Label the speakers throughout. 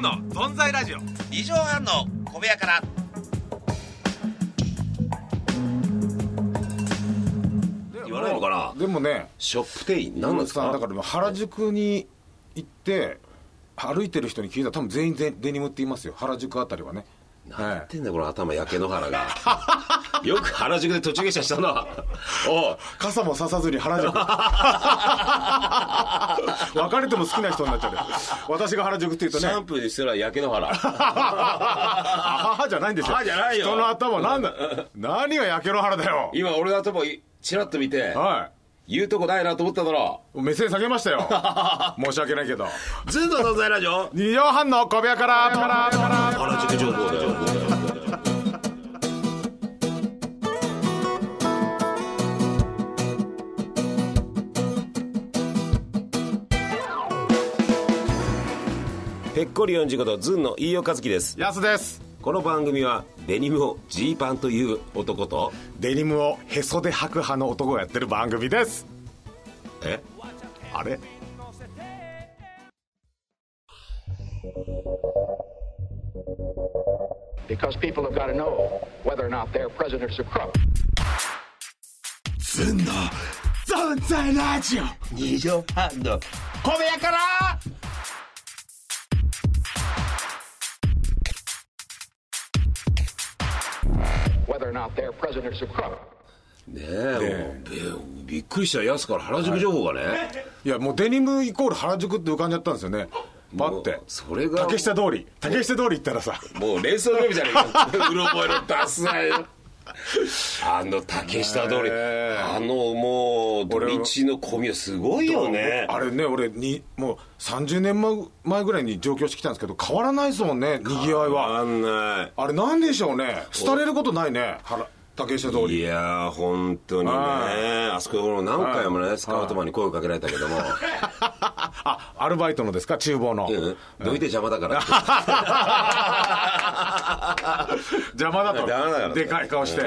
Speaker 1: の存在ラジオ
Speaker 2: 二畳半の小部屋から言わないのかな
Speaker 3: でもね
Speaker 2: ショップ店員何なんです
Speaker 3: さ
Speaker 2: か
Speaker 3: だからもう原宿に行って歩いてる人に聞いたら多分全員デデニムって言いますよ原宿あたりはね
Speaker 2: 何言
Speaker 3: は
Speaker 2: ってんだよこの頭焼け野原がよく原宿で途中下車した なおう
Speaker 3: い、傘もささずに原 宿別れても好きな人になっちゃうよ私が原宿って言うと
Speaker 2: シ
Speaker 3: ね
Speaker 2: ャンプーにしたら焼け野 原
Speaker 3: あははじゃないんですよ
Speaker 2: あはじゃないよ
Speaker 3: 人の頭なんだ何が焼け野原だよ
Speaker 2: 今俺の頭いチラッと見て
Speaker 3: は
Speaker 2: 言うとこないなと思っただろ
Speaker 3: い目線下げまし たよ申し訳ないけど
Speaker 2: ずっと存在ラジオ
Speaker 3: 2畳半の小部屋から
Speaker 2: 原宿情報だよぺっこり45度ズンの飯尾和樹です
Speaker 3: 安です
Speaker 2: この番組はデニムをジーパンという男と
Speaker 3: デニムをへそで履く派の男がやってる番組です
Speaker 2: え
Speaker 3: あれ
Speaker 2: ずんの存在ラジオ二畳半の小部屋からねえもうびびっくりしたやすから原宿情報がね、
Speaker 3: いやもうデニムイコール原宿って浮かんじゃったんですよねパッて
Speaker 2: もうそれが
Speaker 3: 竹下通り竹下通り行ったらさ
Speaker 2: もう連想ゲームじゃねえか うろ覚えのダサいよあの竹下通り、
Speaker 3: ねえ
Speaker 2: あのもう土日の込みはすごいよね
Speaker 3: あれね俺にもう30年前前ぐらいに上京してきたんですけど変わらないですもんねにぎわいは
Speaker 2: わかんない
Speaker 3: あれなんでしょうね廃れることないね原竹下通
Speaker 2: い
Speaker 3: り
Speaker 2: やー本当にね
Speaker 3: は
Speaker 2: あそこの何回もねスカウトマンに声をかけられたけども
Speaker 3: あアルバイトのですか厨房の、
Speaker 2: うんどいて邪魔だからって
Speaker 3: 邪魔だ と
Speaker 2: ダメだよ
Speaker 3: でかい顔して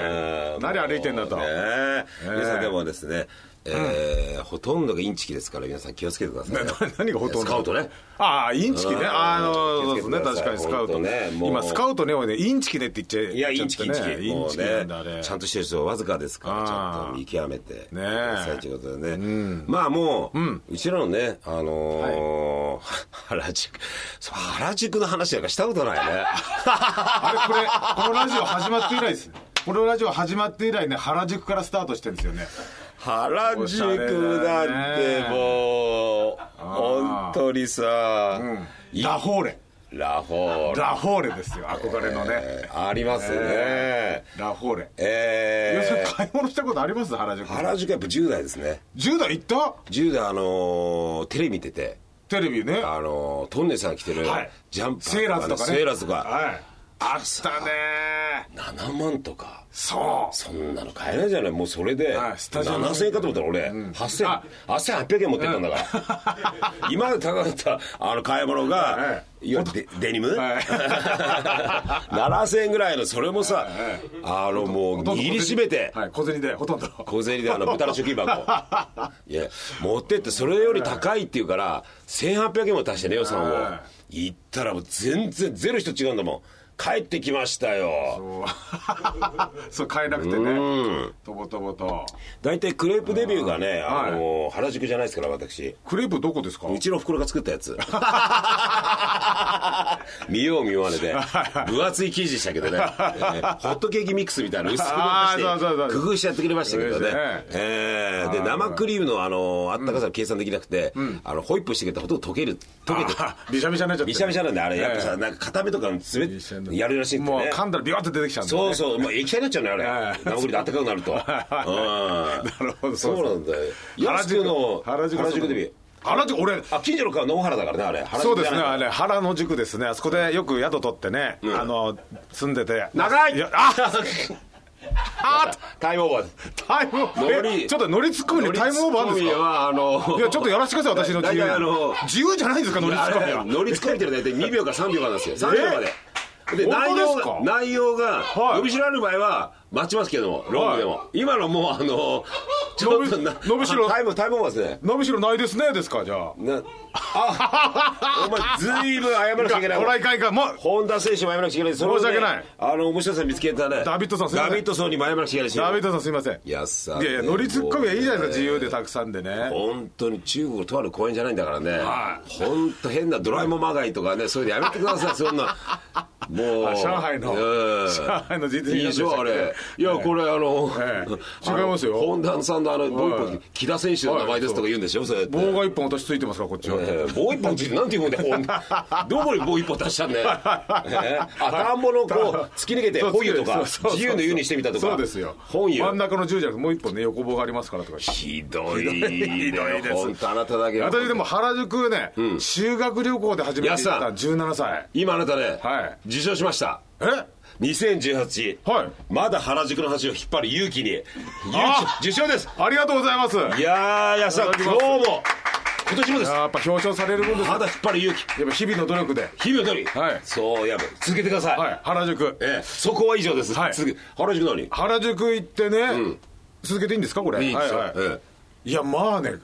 Speaker 3: 何歩いてんだと、
Speaker 2: ねえ皆さんでもですねえーほとんどがインチキですから皆さん気をつけてくださいよ
Speaker 3: 何がほとん
Speaker 2: ス
Speaker 3: ど
Speaker 2: カウトね
Speaker 3: ああインチキね
Speaker 2: うん
Speaker 3: あの
Speaker 2: 気を
Speaker 3: そう
Speaker 2: つけ
Speaker 3: で
Speaker 2: てくだ
Speaker 3: すね
Speaker 2: さい
Speaker 3: 確かにスカ
Speaker 2: ほ
Speaker 3: ウト
Speaker 2: んとねもう
Speaker 3: 今スカウトね俺ねインチキねって言っちゃ
Speaker 2: いやインチキイン
Speaker 3: 言っ
Speaker 2: チ
Speaker 3: ちゃって
Speaker 2: キ
Speaker 3: ね
Speaker 2: も
Speaker 3: イン
Speaker 2: う
Speaker 3: チキなんだあ
Speaker 2: ね
Speaker 3: れ
Speaker 2: ちゃんとしてる人はわずかですからち
Speaker 3: あー
Speaker 2: ゃんと見極めてく
Speaker 3: ねえ
Speaker 2: ださいということでねまあもううちらのねあのー原宿そう原宿の話なんかしたことないね
Speaker 3: あれこれこのラジオ始まって以来ですこのラジオ始まって以来ね原宿からスタートしてるんですよね
Speaker 2: 原宿なんてもう本当にさ、い
Speaker 3: ラフォーレ
Speaker 2: ラホール
Speaker 3: ラフォーレですよ憧れのね
Speaker 2: えーありますね
Speaker 3: ラフォーレ要する
Speaker 2: え
Speaker 3: に買い物したことあります原宿
Speaker 2: ー、原宿やっぱ10代ですね
Speaker 3: 10代行った
Speaker 2: 10代あのーテレビ見てて
Speaker 3: テレビね
Speaker 2: あのートンネルさん着てる
Speaker 3: はい
Speaker 2: ジャンパー
Speaker 3: セーラーズとかね
Speaker 2: セーラーズとか
Speaker 3: はいあったね
Speaker 2: 7万とか
Speaker 3: そう
Speaker 2: そんなの買えないじゃないもうそれで
Speaker 3: はいスタジオの
Speaker 2: 7000円かと思ったら俺8800
Speaker 3: あ
Speaker 2: 円持ってったんだから 今まで高かったあの買い物が
Speaker 3: はい
Speaker 2: やデデニム
Speaker 3: はい
Speaker 2: 7000円ぐらいのそれもさあのもう握りしめて
Speaker 3: はい、小銭でほとんど
Speaker 2: 小銭であの豚の貯金 箱いや持ってってそれより高いって言うから1800円も足してね予算を
Speaker 3: は
Speaker 2: 行ったらもう全然ゼロ人違うんだもん帰ってきましたよ
Speaker 3: そう そう買えなくてねとぼとぼと
Speaker 2: 大体クレープデビューがね
Speaker 3: は
Speaker 2: あ
Speaker 3: い
Speaker 2: の原宿じゃないですから私
Speaker 3: クレープどこですか
Speaker 2: うちの袋が作ったや つ見よう見まね で分厚い生地でしたけどね、えーホットケーキミックスみたいな薄く伸ばして
Speaker 3: あーそうそうそう
Speaker 2: 工夫しちゃってくれましたけど
Speaker 3: そう
Speaker 2: ね
Speaker 3: ですね
Speaker 2: えーで生クリームのあのあったかさが計算できなくて、あのホイップしてくれたらほとんど溶ける溶けて
Speaker 3: あびしゃびしゃになっちゃって
Speaker 2: びしゃびしゃなんであれやっぱ
Speaker 3: え
Speaker 2: さ
Speaker 3: え
Speaker 2: なんか固めとかの爪
Speaker 3: びしゃ
Speaker 2: やるらしいんで
Speaker 3: もう
Speaker 2: ね
Speaker 3: 噛んだらビワッて出てきちゃうんだよ
Speaker 2: そうそ
Speaker 3: ね
Speaker 2: う、まあ、液体になっちゃうねあれ
Speaker 3: はい
Speaker 2: 生クリームであったかくなると、うん
Speaker 3: なるほど
Speaker 2: そうなんだよ原宿の原
Speaker 3: 原宿
Speaker 2: 宿デビュー
Speaker 3: 原宿俺
Speaker 2: あ近所の川野原だからねあれ原宿
Speaker 3: そうです
Speaker 2: じゃ
Speaker 3: ね
Speaker 2: ない
Speaker 3: あれ原の塾ですねあそこでよく宿取ってね、あの住んでて
Speaker 2: 長い
Speaker 3: やあ
Speaker 2: あ タイムオーバーです
Speaker 3: タイムオーバ
Speaker 2: 乗
Speaker 3: ー
Speaker 2: り
Speaker 3: えちょっと乗りツッコミにタイムオーバー
Speaker 2: 乗
Speaker 3: です
Speaker 2: りツッコミ
Speaker 3: か
Speaker 2: はあの
Speaker 3: いやちょっとやらせてください私の自
Speaker 2: 大体あ
Speaker 3: 由
Speaker 2: の
Speaker 3: 自由じゃないですか乗りツッコミ
Speaker 2: あれ
Speaker 3: は
Speaker 2: 乗りつかれてる大体2秒か3秒かなんですよ3秒までで
Speaker 3: 本
Speaker 2: 内
Speaker 3: 当で
Speaker 2: 容
Speaker 3: すか
Speaker 2: が内容が
Speaker 3: はい
Speaker 2: 伸びしろある場合は待ちますけどもロングでも今のもうあのちょっとな
Speaker 3: 伸びしろ
Speaker 2: タイムタイムオーバーですね
Speaker 3: 伸びしろないですねですかじゃあ
Speaker 2: な お前ずいぶん謝らなきゃいけない
Speaker 3: ほらいかんいかんもう
Speaker 2: 本田選手も謝らなきゃいけない申
Speaker 3: 申し訳ない
Speaker 2: あの面白さ見つけたね
Speaker 3: ダビッドソンすいません
Speaker 2: ダビッドソンにも謝らなきゃいけないし
Speaker 3: ダビッドさんすいませんい
Speaker 2: いやさ
Speaker 3: やいや乗りツッコミはいいじゃないですか自由で
Speaker 2: た
Speaker 3: たくさんでね
Speaker 2: 本当に中国とある公園じゃないんだからね、
Speaker 3: はい
Speaker 2: 本当変なドラえもんまがいとかね、そういうのやめてくださ い、そんな、もう、
Speaker 3: あ上海の
Speaker 2: うん
Speaker 3: 上海の GT
Speaker 2: いいでしょ、あれ、いや、これ、あの、
Speaker 3: ええ
Speaker 2: あの
Speaker 3: 違いますよ
Speaker 2: 本田さんのあの、もう一
Speaker 3: はい
Speaker 2: 本、木田選手の名前ですとか言うんでしょ、それって。
Speaker 3: 棒が一本私ついてますからこっちは
Speaker 2: ええもう 一本ついて、なんて言うんだよ、ほんどこにもう一本足したんだよ、ええあ田んぼのこう、突き抜けて、
Speaker 3: そう
Speaker 2: 本湯とか
Speaker 3: そうそうそう、
Speaker 2: 自由の湯にしてみたとか、
Speaker 3: そうですよ
Speaker 2: 本湯。
Speaker 3: 真ん中の十じゃなくてもう一本ね横棒がありますからとか
Speaker 2: ひどいね、
Speaker 3: ひどいです
Speaker 2: 本当あなただけは
Speaker 3: 私でも原宿ね、修学旅行で初めて行った
Speaker 2: やっ
Speaker 3: 17歳
Speaker 2: 今あなたね、
Speaker 3: はい
Speaker 2: 受賞しました
Speaker 3: え
Speaker 2: 2018、
Speaker 3: はい
Speaker 2: まだ原宿の橋を引っ張る勇気に勇
Speaker 3: あ
Speaker 2: 気受賞です
Speaker 3: ありがとうございます
Speaker 2: いやー安さん
Speaker 3: いただき
Speaker 2: 今
Speaker 3: ます
Speaker 2: 日も今年もです
Speaker 3: やっぱ表彰されるもんですよ
Speaker 2: まだ引っ張る勇気
Speaker 3: やっぱ日々の努力で、
Speaker 2: 日々の通り、
Speaker 3: はい
Speaker 2: そうやめ続けてください、
Speaker 3: はい、原宿
Speaker 2: ええそこは以上です、
Speaker 3: はい
Speaker 2: 続け原宿何
Speaker 3: 原宿行ってね、続けていいんですかこれ
Speaker 2: いいですよ
Speaker 3: はいはい
Speaker 2: え
Speaker 3: いやまあね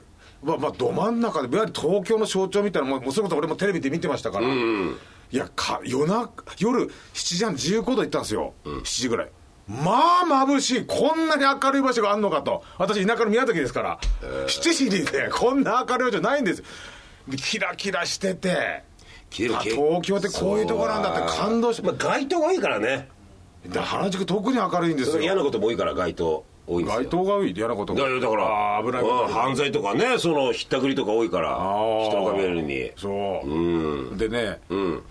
Speaker 3: まあ、まあ、ど真ん中でいわゆる東京の象徴みたいなもんもうそれこそ俺もテレビで見てましたから、いやか夜な夜7時半15度行ったんですよ、7時ぐらいまあ眩しいこんなに明るい場所があんのかと私田舎の宮崎ですから、7時にねこんな明るい場所ないんですでキラキラしてて
Speaker 2: 切る
Speaker 3: あ
Speaker 2: 切る
Speaker 3: 東京ってこういうとこなんだって感動して
Speaker 2: まあ、街灯が多いからね
Speaker 3: で原宿特に明るいんですよ
Speaker 2: 嫌なことも多いから街灯多いんですよ
Speaker 3: 街灯が多い嫌なこと
Speaker 2: だ
Speaker 3: が
Speaker 2: からだから
Speaker 3: あー危ない
Speaker 2: うん犯罪とかねそのひったくりとか多いから
Speaker 3: ー
Speaker 2: 人が見えるに
Speaker 3: そう、でね、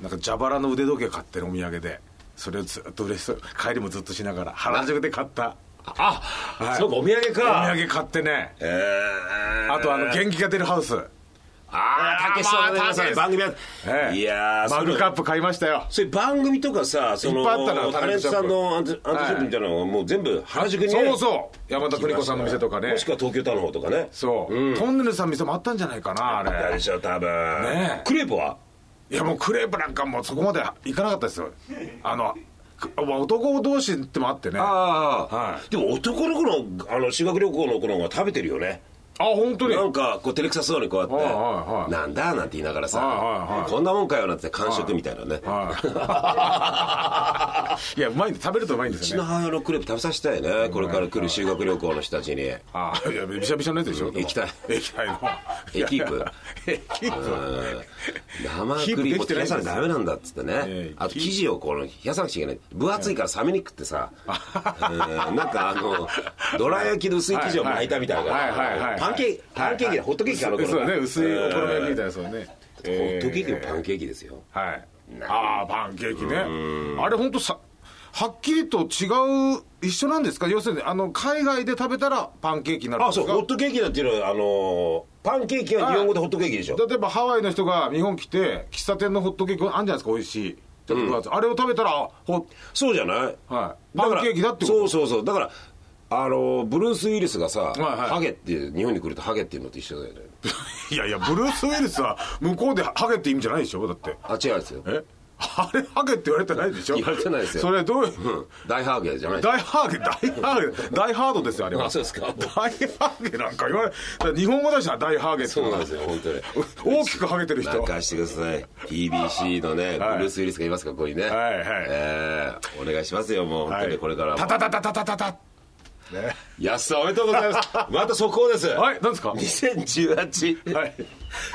Speaker 3: なんか蛇腹の腕時計買ってるお土産でそれをずっと嬉しそう帰りもずっとしながら原宿で買った
Speaker 2: あ、
Speaker 3: はい
Speaker 2: そうかお土産
Speaker 3: お土
Speaker 2: か
Speaker 3: 産買ってね
Speaker 2: えー
Speaker 3: あとあの元気が出るハウス、
Speaker 2: ああ、たけしさんごめんなさい、
Speaker 3: まあ
Speaker 2: 番組は、
Speaker 3: ええ
Speaker 2: いやー、
Speaker 3: マグカッ
Speaker 2: プ。
Speaker 3: プ買いましたよ
Speaker 2: それ番組とかさ、その、
Speaker 3: いっぱいあった
Speaker 2: タ
Speaker 3: な
Speaker 2: レントさんのアンテアンテショップみたいなのがもう全部原宿に、ね
Speaker 3: そうそう山田邦子さんの店とかね
Speaker 2: もしくは東京タウンの方とかね。
Speaker 3: そう、トンネルズさんの店もあったんじゃないかなあ
Speaker 2: あれ
Speaker 3: れ
Speaker 2: でしょ、多分。
Speaker 3: ねえ
Speaker 2: クレープはい
Speaker 3: やもうクレープなんかもうそこまで行かなかったですよあのく男同士ってもあってねあ
Speaker 2: あ
Speaker 3: あはい
Speaker 2: でも男の子の、あの、修学旅行の子の方が食べてるよね。
Speaker 3: 本当 に
Speaker 2: なんか、こう、照れくさそうにこうやって、
Speaker 3: はいはいはい
Speaker 2: なんだなんて言いながらさ、
Speaker 3: はいはいはい
Speaker 2: こんなもんかよなんて感触みたいなね。
Speaker 3: はい、いやうまいんで食べるとうまいんで
Speaker 2: う
Speaker 3: す
Speaker 2: ち
Speaker 3: よね
Speaker 2: の母親のクレープ食べさせたいね、これから来る修学旅行の人たちに。
Speaker 3: ああいやびしゃびしゃのやつでしょ、
Speaker 2: 液体
Speaker 3: 液体の
Speaker 2: 液キープ
Speaker 3: いやいや液キープ
Speaker 2: 生クリームって冷やさないとダメなんだっつってね
Speaker 3: ええ
Speaker 2: あと生地をこの冷やさなくちゃいけない分厚いから冷めにくってさ、えーなんかあのどら焼きの薄い生地を巻いたみたいな、
Speaker 3: はいはいはいはい
Speaker 2: パンケーキパンケーキだホットケーキかなこれ
Speaker 3: そうね薄いお好み焼きみたいなそうね
Speaker 2: ホットケーキ
Speaker 3: え
Speaker 2: のパンケーキですよ、
Speaker 3: ーはいああパンケーキねあれ本当さはっきりと違う一緒なんですか要するにあの海外で食べたらパンケーキになるん
Speaker 2: あ
Speaker 3: です
Speaker 2: そう
Speaker 3: か
Speaker 2: ホットケーキだっていうのはあのパンケーキは日本語でホットケーキでしょ
Speaker 3: 例えばハワイの人が日本来て喫茶店のホットケーキあるじゃないですか美味しいちょっと分厚いあれを食べたらあほ
Speaker 2: そうじゃない、
Speaker 3: はい
Speaker 2: だから
Speaker 3: パンケーキだってこと
Speaker 2: そうそうそうだからあのブルース・ウィリスがさ、
Speaker 3: はい
Speaker 2: ハゲって日本に来るとハゲっていうのと一緒だよね
Speaker 3: いやいや、ブルース・ウィルスは向こうでハゲって意味じゃないでしょ、だって。
Speaker 2: あ違うんですよ
Speaker 3: えあれ、ハゲって言われてないでしょ
Speaker 2: 言われてないですよ
Speaker 3: それ、どういう、
Speaker 2: うん大ハーゲじゃない
Speaker 3: 大ハゲ、大ハゲ、大ハードですよ、あれは。
Speaker 2: あそうですか
Speaker 3: 大ハゲなんか言われ、だから日本語だしな、大ハゲって
Speaker 2: そう
Speaker 3: の
Speaker 2: なん
Speaker 3: は
Speaker 2: ですよ、本当 に。
Speaker 3: 大きくハゲてる人。
Speaker 2: なんかしてください。TBC のね、ブル
Speaker 3: はい
Speaker 2: ース・ウィリスがいますから、ここにね。
Speaker 3: はいはい
Speaker 2: えーお願いしますよ、もう、本当にこれから
Speaker 3: タ
Speaker 2: も。
Speaker 3: タタタタタタタ。ね。
Speaker 2: 安さん、おめでとうございます。また速報です。
Speaker 3: はい、なんですかはい。
Speaker 2: 2018。
Speaker 3: なん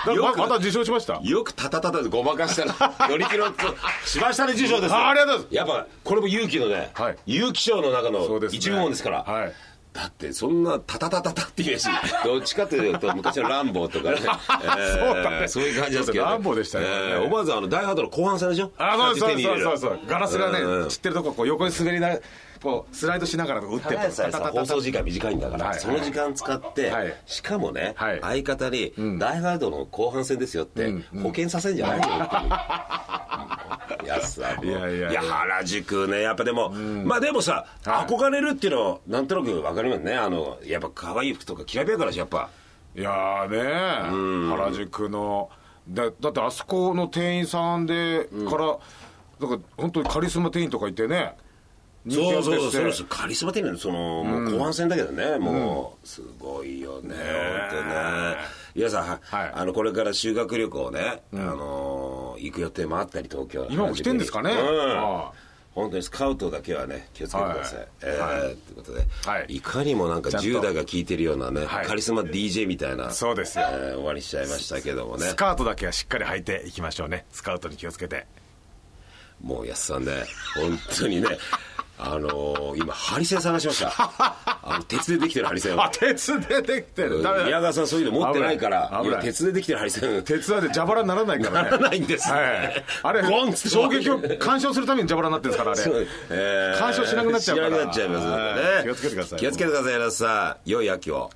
Speaker 3: か
Speaker 2: よ
Speaker 3: ま
Speaker 2: く
Speaker 3: また受賞しました
Speaker 2: よくたたたたでごまかした ら、乗り切ろうとしましたね、受賞です。
Speaker 3: あありがとうございます
Speaker 2: やっぱ、これも勇気のね
Speaker 3: はい、
Speaker 2: 勇気賞の中
Speaker 3: そう
Speaker 2: の
Speaker 3: ですね
Speaker 2: 一部門ですから。
Speaker 3: はい
Speaker 2: だってそんなタタタタタって いうし、どっちかというと昔のランボーとかね、
Speaker 3: そうだね
Speaker 2: そういう感じですけど、
Speaker 3: そうだねランボーでしたね
Speaker 2: えーおばあさんあのダイハードの後半戦でしょ。
Speaker 3: あ、そう
Speaker 2: 手
Speaker 3: で
Speaker 2: に
Speaker 3: す、
Speaker 2: 入れ
Speaker 3: そう
Speaker 2: る
Speaker 3: です、そうです。ガラスが
Speaker 2: うんうん
Speaker 3: ね、散ってるとこ、こう横に滑りな、こう、スライドしながらとか打って
Speaker 2: 高橋さんさ放送時間短いんだから、
Speaker 3: はい
Speaker 2: その時間使って、
Speaker 3: はい
Speaker 2: しかもね、
Speaker 3: はい
Speaker 2: 相方に、ダイハードの後半戦ですよって、保険させんじゃないよっていう。いやさもう
Speaker 3: いやいやいや
Speaker 2: いや原宿ねやっぱでも、まあでもさ、
Speaker 3: はい
Speaker 2: 憧れるっていうのはなんとなくわかりますねあのやっぱ可愛い服とかきらびやからしやっぱ
Speaker 3: いやーね原宿のだだってあそこの店員さんでから、なんか本当にカリスマ店員とかいてね人気
Speaker 2: そう
Speaker 3: を
Speaker 2: そう
Speaker 3: 出
Speaker 2: そう
Speaker 3: して
Speaker 2: そうカリスマ的なその、もう後半戦だけどねもう、すごいよね本当ね皆さん、は
Speaker 3: はい
Speaker 2: あのこれから修学旅行ね、あのー行く予定もあったり東京
Speaker 3: 今も来てんですかね
Speaker 2: うん
Speaker 3: ああ
Speaker 2: 本当にスカウトだけはね気をつけてください、
Speaker 3: はい
Speaker 2: えー
Speaker 3: はい
Speaker 2: ということで、
Speaker 3: はい
Speaker 2: い、かにもなんか
Speaker 3: ちゃんと
Speaker 2: 10代が聴いてるようなね、
Speaker 3: はい
Speaker 2: カリスマ DJ みたいな
Speaker 3: そうですよ
Speaker 2: えー終わりしちゃいましたけどもね
Speaker 1: スカートだけはしっかり履いていきましょうねスカートに気をつけて
Speaker 2: もう安さんね、本当にね、あのー今、ハリセン探しま した。あの鉄でできてるハリセンを
Speaker 3: あ。鉄でできてるダメだ
Speaker 2: 宮川さんそういうの持ってないから、
Speaker 3: 危ない危ない
Speaker 2: 今鉄でできてるハリセ ン。
Speaker 3: 鉄はで蛇腹にならないか
Speaker 2: な
Speaker 3: らね
Speaker 2: らないんですね。
Speaker 3: はい、あれ
Speaker 2: ゴンっつって
Speaker 3: 衝 撃を干渉するために蛇腹になってるんですからあれ
Speaker 2: えー
Speaker 3: 干渉しなくなっちゃうから
Speaker 2: しなくなっちゃいますので
Speaker 3: は
Speaker 2: ね
Speaker 3: い気をつけてください
Speaker 2: 気をつけてください皆さん良い秋を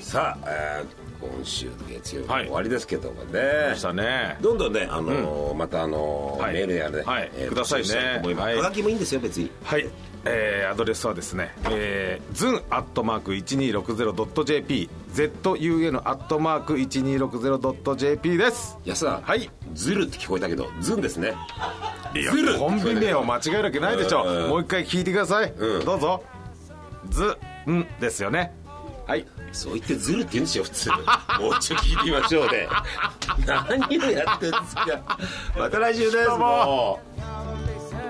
Speaker 2: さあ、えー今週の月曜日も
Speaker 1: はい
Speaker 2: 終わりですけどもね、
Speaker 1: でしたね
Speaker 2: どんどんね、あのーまたあのー
Speaker 1: はい
Speaker 2: メールやね、
Speaker 1: はい
Speaker 2: えー
Speaker 1: くださいね
Speaker 2: 募集したと思います
Speaker 1: はい
Speaker 2: はがきもいいんですよ別に
Speaker 1: はい、えーアドレスはですね、えー、zun アットマーク 1260.jp zun アットマーク 1260.jp です
Speaker 2: 安田、
Speaker 1: はい
Speaker 2: ズルって聞こえたけどズンですね
Speaker 1: いや
Speaker 2: ずる
Speaker 1: コンビ名を間違えるわけないでしょ
Speaker 2: うん
Speaker 1: もう一回聞いてください、
Speaker 2: うん
Speaker 1: どうぞずんですよねはい
Speaker 2: そう言ってズルって言うんですよ普通 もうちょい聞いてみましょうね 何をやってんですかまた来週です
Speaker 1: どうも
Speaker 2: もう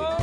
Speaker 4: Oh, oh.